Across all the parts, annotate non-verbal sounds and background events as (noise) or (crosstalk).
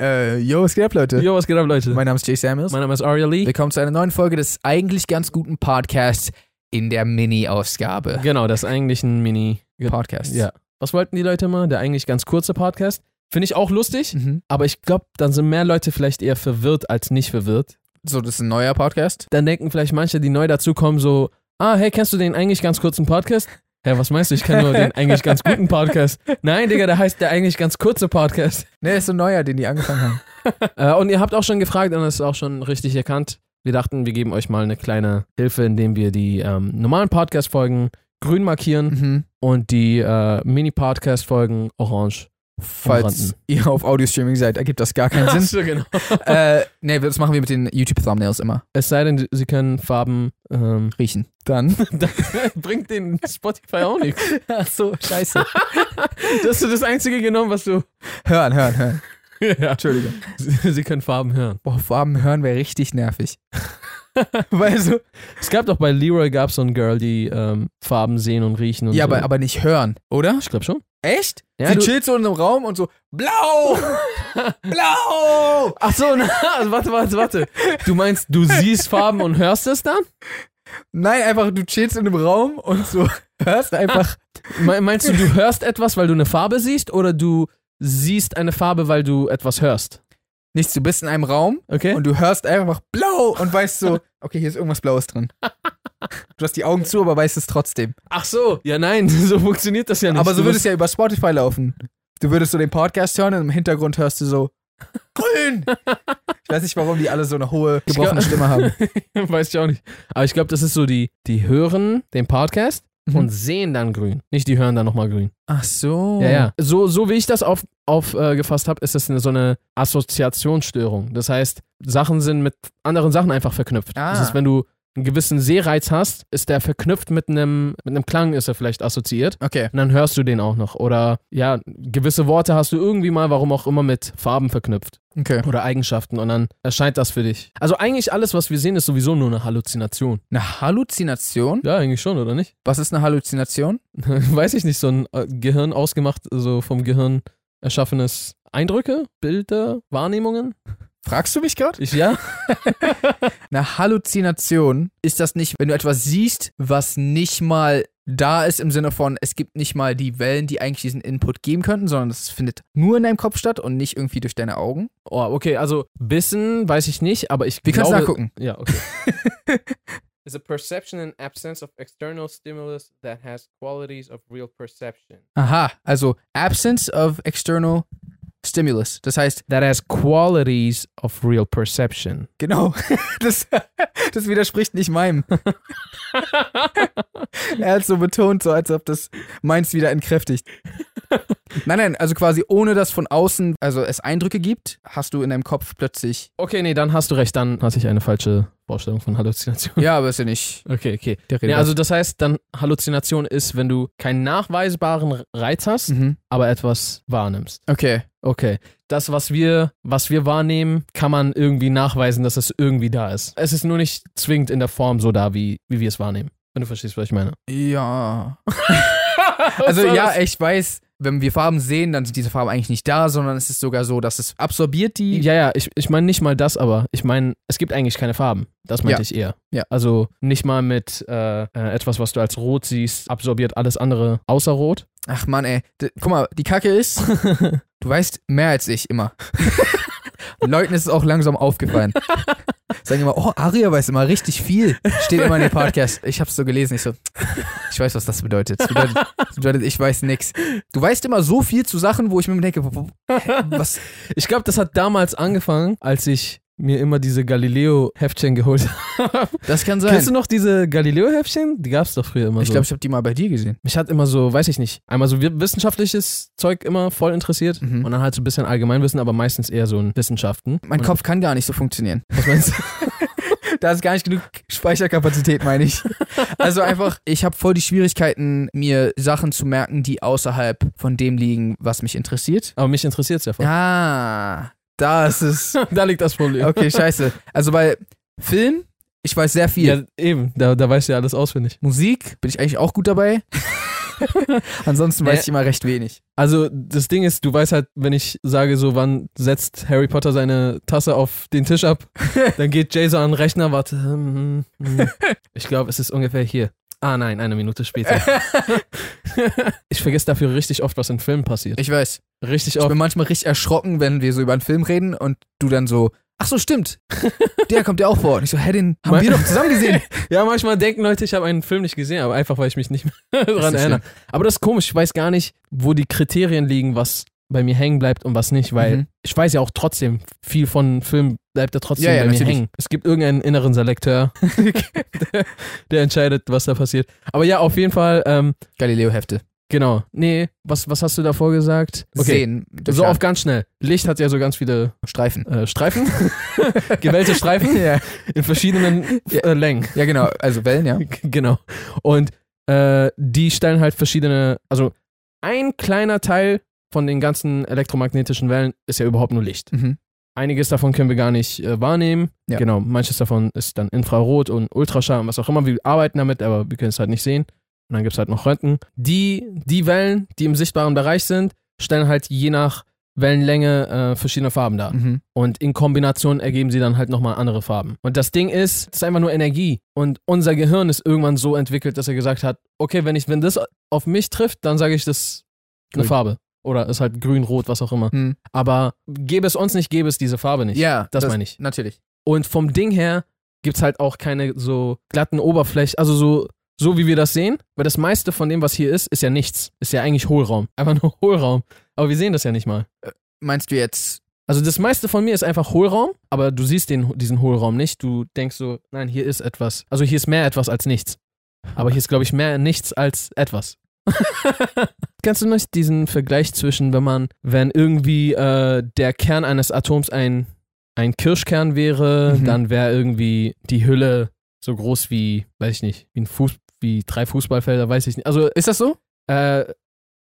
Äh, Yo, was geht ab, Leute? Jo, was geht ab, Leute? Mein Name ist Jay Samuels. Mein Name ist Aria Lee. Willkommen zu einer neuen Folge des eigentlich ganz guten Podcasts in der Mini-Ausgabe. Genau, das ist eigentlich ein Mini. Podcast. Ja. Was wollten die Leute mal? Der eigentlich ganz kurze Podcast. Finde ich auch lustig, Mhm. aber ich glaube, dann sind mehr Leute vielleicht eher verwirrt als nicht verwirrt. So, das ist ein neuer Podcast. Dann denken vielleicht manche, die neu dazukommen, so: Ah, hey, kennst du den eigentlich ganz kurzen Podcast? Hä, was meinst du? Ich kenne nur (laughs) den eigentlich ganz guten Podcast. Nein, Digga, der heißt der eigentlich ganz kurze Podcast. Ne, ist so ein neuer, den die (laughs) angefangen haben. Äh, und ihr habt auch schon gefragt und das ist auch schon richtig erkannt. Wir dachten, wir geben euch mal eine kleine Hilfe, indem wir die ähm, normalen Podcast-Folgen grün markieren Mhm. und die äh, Mini-Podcast-Folgen orange. Falls Umranden. ihr auf Audio-Streaming seid, ergibt das gar keinen (laughs) Sinn. genau. äh, ne, das machen wir mit den YouTube-Thumbnails immer. Es sei denn, sie können Farben. (laughs) Ähm, Riechen. Dann. bringt den Spotify auch nichts. Ach so, scheiße. Das ist das einzige genommen, was du. (laughs) hören, hören, hören. (laughs) ja. Entschuldigung. Sie können Farben hören. Boah, Farben hören wäre (laughs) richtig nervig. Weil so, Es gab doch bei Leroy gab so ein Girl, die ähm, Farben sehen und riechen und ja, so. aber, aber nicht hören, oder? ich glaube schon. Echt? Ja, Sie du- chillt so in einem Raum und so, (laughs) blau! blau! Ach so, na, (laughs) warte, warte, warte. Du meinst, du siehst Farben und hörst es dann? Nein, einfach, du chillst in einem Raum und so (laughs) hörst einfach. Me- Meinst du, du hörst etwas, weil du eine Farbe siehst oder du siehst eine Farbe, weil du etwas hörst? Nichts, du bist in einem Raum Okay? und du hörst einfach blau und weißt so, okay, hier ist irgendwas Blaues drin. Du hast die Augen zu, aber weißt es trotzdem. Ach so, ja nein, (laughs) so funktioniert das ja nicht. Aber so Du würde es ja über Spotify laufen. Du würdest so den Podcast hören und im Hintergrund hörst du (laughs) so, grün! Ich weiß nicht, warum die alle so eine hohe, gebrochene glaub- Stimme haben. wirst- (laughs) weiß ich auch nicht. Aber ich glaube, das ist so die die hören den Podcast Mhm. und sehen dann grün, nicht die hören dann nochmal grün. (laughs) Ach so. Ja, ja. So, so wie ich das aufgefasst auf, äh, gefasst habe, ist das eine, so eine Assoziationsstörung. Das heißt, Sachen sind mit anderen Sachen einfach verknüpft. Ah. Das ist, wenn du einen gewissen Sehreiz hast, ist der verknüpft mit einem, mit einem Klang, ist er vielleicht assoziiert. Okay. Und dann hörst du den auch noch. Oder ja, gewisse Worte hast du irgendwie mal, warum auch immer, mit Farben verknüpft. Okay. Oder Eigenschaften. Und dann erscheint das für dich. Also eigentlich alles, was wir sehen, ist sowieso nur eine Halluzination. Eine Halluzination? Ja, eigentlich schon, oder nicht? Was ist eine Halluzination? (laughs) weiß ich nicht, so ein äh, Gehirn ausgemacht, so vom Gehirn erschaffenes Eindrücke, Bilder, Wahrnehmungen? Fragst du mich gerade? Ich, ja? (laughs) Eine Halluzination ist das nicht, wenn du etwas siehst, was nicht mal da ist im Sinne von, es gibt nicht mal die Wellen, die eigentlich diesen Input geben könnten, sondern das findet nur in deinem Kopf statt und nicht irgendwie durch deine Augen. Oh, okay, also Bissen weiß ich nicht, aber ich Wir können es glaube... nachgucken. Ja, okay. (laughs) Is a perception and absence of external stimulus that has qualities of real perception. Aha, also Absence of External Stimulus. Das heißt, That has qualities of real perception. genau, (laughs) das, das widerspricht (laughs) nicht meinem. Er hat so betont, so als ob das meins wieder entkräftigt. Nein, nein, also quasi ohne dass von außen, also es Eindrücke gibt, hast du in deinem Kopf (laughs) plötzlich, Okay, nee, dann hast du recht, dann hatte ich eine falsche Vorstellung von Halluzination. (laughs) ja, aber ist ja nicht Okay, okay. der Rede. Ja, also das heißt, dann Halluzination ist, wenn du keinen nachweisbaren Reiz hast, Mhm. aber etwas wahrnimmst. Okay. Okay. Das, was wir, was wir wahrnehmen, kann man irgendwie nachweisen, dass es irgendwie da ist. Es ist nur nicht zwingend in der Form so da, wie, wie wir es wahrnehmen. Wenn du verstehst, was ich meine. Ja. Also ja, ich weiß, wenn wir Farben sehen, dann sind diese Farben eigentlich nicht da, sondern es ist sogar so, dass es absorbiert die. Ja, ja, ich, ich meine nicht mal das, aber ich meine, es gibt eigentlich keine Farben. Das meinte Ja. ich eher. Ja. Also nicht mal mit äh, äh, etwas, was du als rot siehst, absorbiert alles andere außer rot. Ach man, ey. D Guck mal, die Kacke (laughs) ist, du weißt mehr als ich immer. (laughs) Leuten ist es auch langsam aufgefallen. Sagen immer, oh, Aria weiß immer richtig viel. Steht immer in dem Podcast. Ich hab's so gelesen. Ich so, ich weiß, was das bedeutet. Das bedeutet, das bedeutet ich weiß nix. Du weißt immer so viel zu Sachen, wo ich mir denke, wo- wo- hä, was? Ich glaube, das hat damals angefangen, als ich mir immer diese Galileo-Heftchen geholt (laughs) habe. Das kann Kennst du sein. noch diese Galileo-Heftchen? Die gab es doch früher immer Ich so. glaube, ich habe die mal bei dir gesehen. mich hat immer so, weiß ich nicht, einmal so wi- wissenschaftliches Zeug immer voll interessiert Mhm. und dann halt so ein bisschen Allgemeinwissen, aber meistens eher so in Wissenschaften. Mein und, Kopf kann gar nicht so funktionieren. Was meinst du? Da ist gar nicht genug Speicherkapazität, meine ich. Also einfach, ich habe voll die Schwierigkeiten, mir Sachen zu merken, die außerhalb von dem liegen, was mich interessiert. aber mich interessiert es ja voll. Ah, da ist es. (laughs) da liegt das Problem. Okay, scheiße. Also bei Film, ich weiß sehr viel. Ja, eben, da, da weißt du ja alles auswendig. Musik, bin ich eigentlich auch gut dabei. Ansonsten weiß Naja. ich immer recht wenig. Also das Ding ist, du weißt halt, wenn ich sage so, wann setzt Harry Potter seine Tasse auf den Tisch (laughs) ab, dann geht Jason an den Rechner, warte. hm, hm, (laughs) hm. Ich glaube, es ist ungefähr hier. Ah nein, eine Minute (laughs) später. ich vergesse dafür richtig oft, was in Filmen passiert. Ich weiß. Richtig Ich oft. bin manchmal richtig erschrocken, wenn wir so über einen Film reden und du dann so, ach so, (laughs) stimmt. Der kommt ja auch vor. Und ich so, hä, den haben Mein- wir doch zusammen gesehen. Ja, manchmal denken Leute, ich habe einen Film nicht gesehen, aber einfach, weil ich mich nicht (laughs) mehr daran nicht erinnere. Aber das ist komisch, ich weiß gar nicht, wo die Kriterien liegen, was bei mir hängen bleibt und was nicht, (laughs) weil Mhm. ich weiß ja auch trotzdem, viel von Film bleibt ja trotzdem Ja, ja, bei mir natürlich. hängen. Es gibt irgendeinen inneren (laughs) Selekteur, (laughs) der, der entscheidet, was da passiert. Aber ja, auf jeden Fall, ähm, Galileo-Hefte. genau. Nee, was, was hast du davor gesagt? Sehen. So auf ganz schnell. Licht hat ja so ganz viele Streifen. äh, (laughs) Streifen, (laughs) gewellte Streifen ja. in verschiedenen äh, Längen. ja, genau. Also (laughs) Wellen, ja. genau. Und äh, die stellen halt verschiedene, also ein kleiner Teil von den ganzen elektromagnetischen Wellen ist ja überhaupt nur Licht. Mhm. Einiges davon können wir gar nicht äh, wahrnehmen. Ja. Genau, manches davon ist dann Infrarot und Ultraschall und was auch immer. Wir arbeiten damit, aber wir können es halt nicht sehen. Und dann gibt es halt noch Röntgen. Die, die Wellen, die im sichtbaren Bereich sind, stellen halt je nach Wellenlänge äh, verschiedene Farben dar. Mhm. Und in Kombination ergeben sie dann halt nochmal andere Farben. Und das Ding ist, es ist einfach nur Energie. Und unser Gehirn ist irgendwann so entwickelt, dass er gesagt hat, okay, wenn ich, wenn das auf mich trifft, dann sage ich, das ist eine Grün. Farbe. Oder ist halt grün, rot, was auch immer. Hm. Aber gäbe es uns nicht, gäbe es diese Farbe nicht. Ja, das meine ich. Natürlich. Und vom Ding her gibt es halt auch keine so glatten Oberflächen, also so, so wie wir das sehen, weil das meiste von dem, was hier ist, ist ja nichts. Ist ja eigentlich Hohlraum. Einfach nur Hohlraum. Aber wir sehen das ja nicht mal. Meinst du jetzt, Also das meiste von mir ist einfach Hohlraum, aber du siehst den, diesen Hohlraum nicht. Du denkst so, nein, hier ist etwas. Also hier ist mehr etwas als nichts. Aber hier ist, glaube ich, mehr nichts als etwas. Kennst du nicht diesen Vergleich zwischen, wenn man, wenn irgendwie äh, der Kern eines Atoms ein, ein Kirschkern wäre, Mhm. dann wäre irgendwie die Hülle so groß wie, weiß ich nicht, wie ein Fuß, wie drei Fußballfelder, weiß ich nicht. Also ist das so? äh,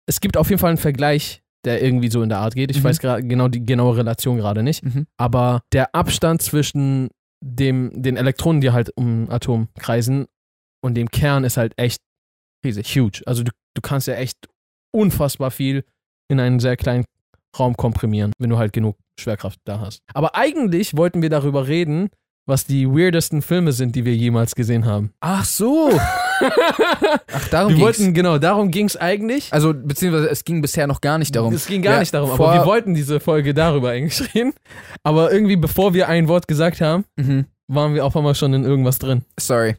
es gibt auf jeden Fall einen Vergleich, der irgendwie so in der Art geht. Ich Mhm. weiß gra- genau die genaue Relation gerade nicht. Mhm. Aber der Abstand zwischen dem, den Elektronen, die halt um ein Atom kreisen, und dem Kern ist halt echt riesig, huge. Also du, du kannst ja echt unfassbar viel in einen sehr kleinen Raum komprimieren, wenn du halt genug Schwerkraft da hast. Aber eigentlich wollten wir darüber reden, was die weirdesten Filme sind, die wir jemals gesehen haben. Ach so. (laughs) Ach, darum Wir ging's. wollten, genau, darum ging es eigentlich. Also, beziehungsweise es ging bisher noch gar nicht darum. Es ging gar Ja, nicht darum, vor- aber wir wollten diese Folge darüber eigentlich (laughs) reden. Aber irgendwie, bevor wir ein Wort gesagt haben, Mhm. waren wir auf einmal schon in irgendwas drin. (laughs) Sorry.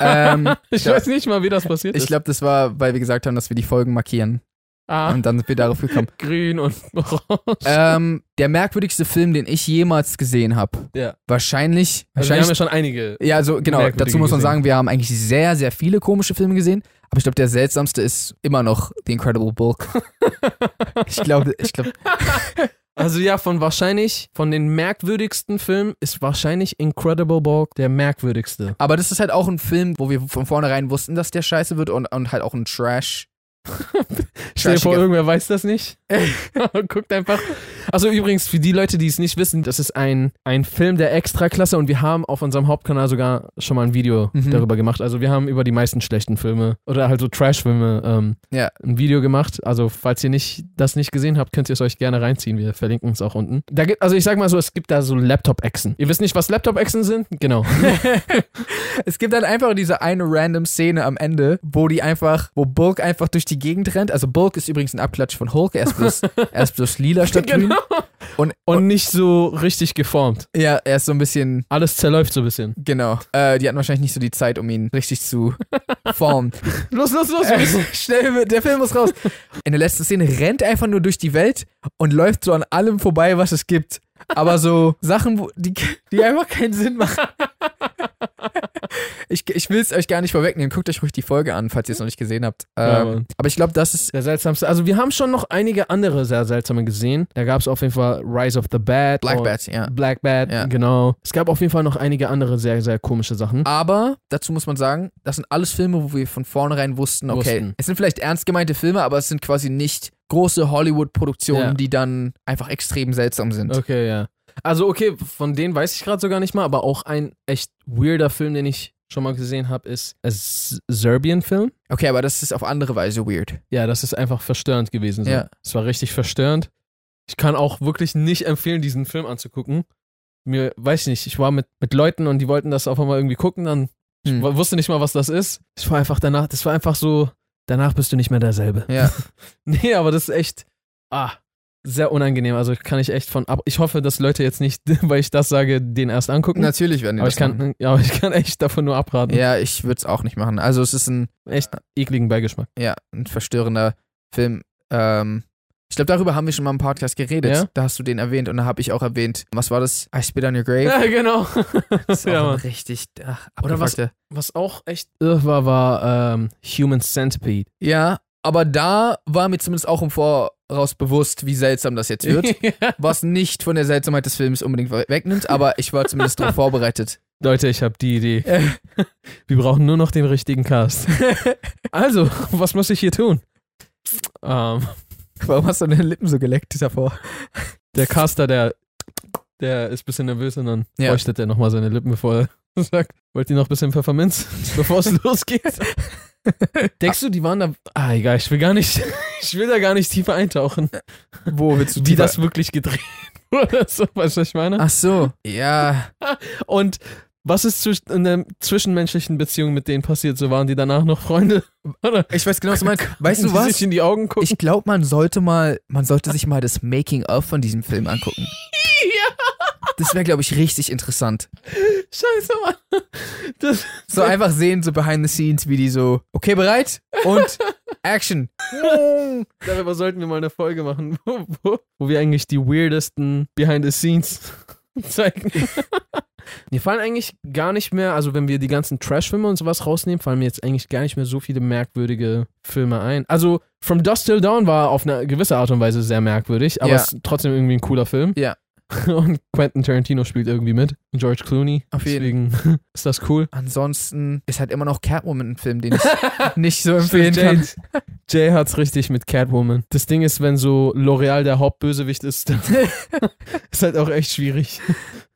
ähm, Ich Ja. weiß nicht mal, wie das passiert ich ist. glaube, das war, weil wir gesagt haben, dass wir die Folgen markieren. Ah, Und dann sind wir darauf gekommen. grün und (laughs) orange. Also, ähm, der merkwürdigste Film, den ich jemals gesehen habe. Ja. Wahrscheinlich. Also wir haben Wahrscheinlich. ja schon einige. ja, also genau. merkwürdige Dazu muss man gesehen. sagen, wir haben eigentlich sehr, sehr viele komische Filme gesehen. Aber ich glaube, der seltsamste ist immer noch The Incredible (laughs) Bulk. ich glaube, ich glaube, Also ja, von wahrscheinlich, von den merkwürdigsten Filmen ist wahrscheinlich Incredible Bulk der merkwürdigste. Aber das ist halt auch ein Film, wo wir von vornherein wussten, dass der scheiße wird und, und halt auch ein (laughs) Trash. Stell dir vor, Trashiger- irgendwer weiß das nicht. (laughs) Guckt einfach. Also übrigens, für die Leute, die es nicht wissen, das ist ein, ein Film der Extraklasse und wir haben auf unserem Hauptkanal sogar schon mal ein Video Mhm. darüber gemacht. Also wir haben über die meisten schlechten Filme oder halt so Trash-Filme ähm, Ja. ein Video gemacht. Also falls ihr nicht, das nicht gesehen habt, könnt ihr es euch gerne reinziehen. Wir verlinken es auch unten. Da gibt, also ich sag mal so, es gibt da so Laptop-Echsen. Ihr wisst nicht, was Laptop-Echsen sind? Genau. Es gibt halt einfach diese eine random Szene am Ende, wo die einfach, wo Bulk einfach durch die Gegend rennt. Also Bulk ist übrigens ein Abklatsch von Hulk. Er ist (laughs) bloß, er ist bloß lila statt grün. Und, und Und nicht so richtig geformt. ja, er ist so ein bisschen, Alles zerläuft so ein bisschen. genau. Äh, die hatten wahrscheinlich nicht so die Zeit, um ihn (laughs) richtig zu formen. Los, los, los. Äh, Schnell, der Film muss raus. In der letzten Szene rennt er einfach nur durch die Welt und läuft so an allem vorbei, was es gibt. Aber so Sachen, wo, die, die einfach keinen (laughs) Sinn machen. Ich, ich will es euch gar nicht vorwegnehmen. Guckt euch ruhig die Folge an, falls ihr es noch nicht gesehen habt. Ja, Ähm, Mann. aber ich glaube, das ist. Der seltsamste. Also wir haben schon noch einige andere sehr seltsame gesehen. Da gab es auf jeden Fall Rise of the Bad. Black und- Bat, ja. Black Bat, Ja. genau. Es gab auf jeden Fall noch einige andere sehr, sehr komische Sachen. Aber dazu muss man sagen, das sind alles Filme, wo wir von vornherein wussten, okay, Wussten. es sind vielleicht ernst gemeinte Filme, aber es sind quasi nicht große Hollywood-Produktionen, Ja. die dann einfach extrem seltsam sind. Okay, ja. Also okay, von denen weiß ich gerade sogar nicht mal, aber auch ein echt weirder Film, den ich schon mal gesehen habe, ist ein Serbian-Film. Okay, aber das ist auf andere Weise weird. Ja, das ist einfach verstörend gewesen. So. Ja. Es war richtig verstörend. Ich kann auch wirklich nicht empfehlen, diesen Film anzugucken. Mir, weiß ich nicht, ich war mit, mit Leuten und die wollten das auf einmal irgendwie gucken, dann Hm. w- wusste nicht mal, was das ist. Ich war einfach danach, das war einfach so, danach bist du nicht mehr derselbe. Ja. (laughs) Nee, aber das ist echt, ah, sehr unangenehm. Also kann ich echt von ab. Ich hoffe, dass Leute jetzt nicht, (laughs) weil ich das sage, den erst angucken. (laughs) Natürlich werden die aber das ich kann, ja, aber ich kann echt davon nur abraten. machen. Ja, ich würde es auch nicht machen. Also es ist ein, Echt ekligen Beigeschmack. ja, ein verstörender Film. Ähm, ich glaube, darüber haben wir schon mal im Podcast geredet. Ja? Da hast du den erwähnt und da habe ich auch erwähnt, was war das? I Spit on Your Grave. (laughs) genau. Das ist auch ja, ein Mann. richtig ach, Oder was- abgefuckter- Was auch echt irr war, war ähm, Human Centipede. Ja, aber da war mir zumindest auch im Voraus bewusst, wie seltsam das jetzt (laughs) wird. was nicht von der Seltsamheit des Films unbedingt we- (laughs) wegnimmt, aber ich war zumindest darauf vorbereitet. Leute, ich habe die Idee. Äh. Wir brauchen nur noch den richtigen Cast. Also, was muss ich hier tun? Ähm, Warum hast du deine Lippen so geleckt davor? der Caster, der, der ist ein bisschen nervös und dann Ja. leuchtet er nochmal seine Lippen, bevor er (laughs) sagt, wollt ihr noch ein bisschen Pfefferminz, bevor es losgeht? Denkst du, die waren da... Ah, egal, ich will gar nicht... (laughs) Ich will da gar nicht tiefer eintauchen. Wo willst du Die das wirklich gedreht (laughs) wurde. So, weißt du, was ich meine? Ach so, ja. Und was ist zwisch in der zwischenmenschlichen Beziehung mit denen passiert? So waren die danach noch Freunde? (laughs) Oder Ich weiß genau, was du meinst. konnten Weißt du die was? sich in die Augen gucken? Ich glaube, man sollte mal, man sollte sich mal das Making of von diesem Film angucken. Das wäre, glaube ich, richtig interessant. Scheiße, Mann. Das, So einfach sehen, so behind the scenes, wie die so, okay, bereit? (laughs) Und Action. darüber sollten wir mal eine Folge machen, (laughs) wo, wo, wo wir eigentlich die weirdesten Behind the Scenes (laughs) zeigen. Mir fallen eigentlich gar nicht mehr, also wenn wir die ganzen Trash-Filme und sowas rausnehmen, fallen mir jetzt eigentlich gar nicht mehr so viele merkwürdige Filme ein. Also From Dust Till Dawn war auf eine gewisse Art und Weise sehr merkwürdig, aber Ja. es ist trotzdem irgendwie ein cooler Film. Ja. (laughs) Und Quentin Tarantino spielt irgendwie mit. Und George Clooney. Auf jeden. Deswegen (laughs) ist das cool. Ansonsten ist halt immer noch Catwoman ein Film, (laughs) den ich nicht so empfehlen kann. Jay, (laughs) Jay hat's richtig mit Catwoman. Das Ding ist, wenn so L'Oreal der Hauptbösewicht ist, dann (laughs) ist halt auch echt schwierig.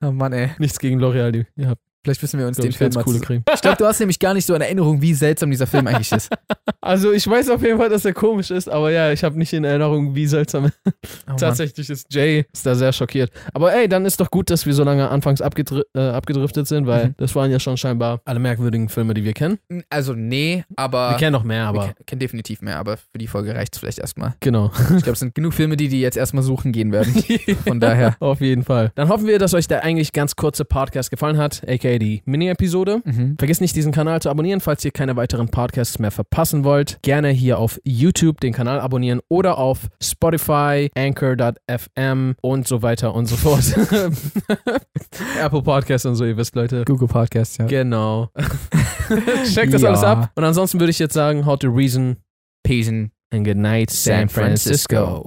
Oh Mann, ey. Nichts gegen L'Oreal, die ihr habt, Vielleicht müssen wir uns glaub den ich, Film ganz mal coole cool Creme. (laughs) Ich glaube, du hast nämlich gar nicht so eine Erinnerung, wie seltsam dieser Film eigentlich ist. Also ich weiß auf jeden Fall, dass er komisch ist, aber ja, ich habe nicht in Erinnerung, wie seltsam er Oh Mann. tatsächlich ist. Jay ist da sehr schockiert. Aber ey, dann ist doch gut, dass wir so lange anfangs abgedri äh, abgedriftet sind, weil Mhm. das waren ja schon scheinbar alle merkwürdigen Filme, die wir kennen. Also, nee, aber. wir kennen noch mehr, wir aber ke- kennen definitiv mehr, aber für die Folge reicht es vielleicht erstmal. genau. (laughs) Ich glaube, es sind genug Filme, die die jetzt erstmal suchen gehen werden. (laughs) Von daher. Auf jeden Fall. Dann hoffen wir, dass euch der eigentlich ganz kurze Podcast gefallen hat, aka die Mini-Episode. Mhm. Vergesst nicht, diesen Kanal zu abonnieren, falls ihr keine weiteren Podcasts mehr verpassen wollt. Gerne hier auf YouTube den Kanal abonnieren oder auf Spotify, Anchor.fm und so weiter und so fort. (laughs) Apple Podcasts und so, ihr wisst, Leute. Google Podcast, ja. Genau. (laughs) Checkt das Ja. alles ab. Und ansonsten würde ich jetzt sagen, how to reason Peace and and good night, San San Francisco. Francisco.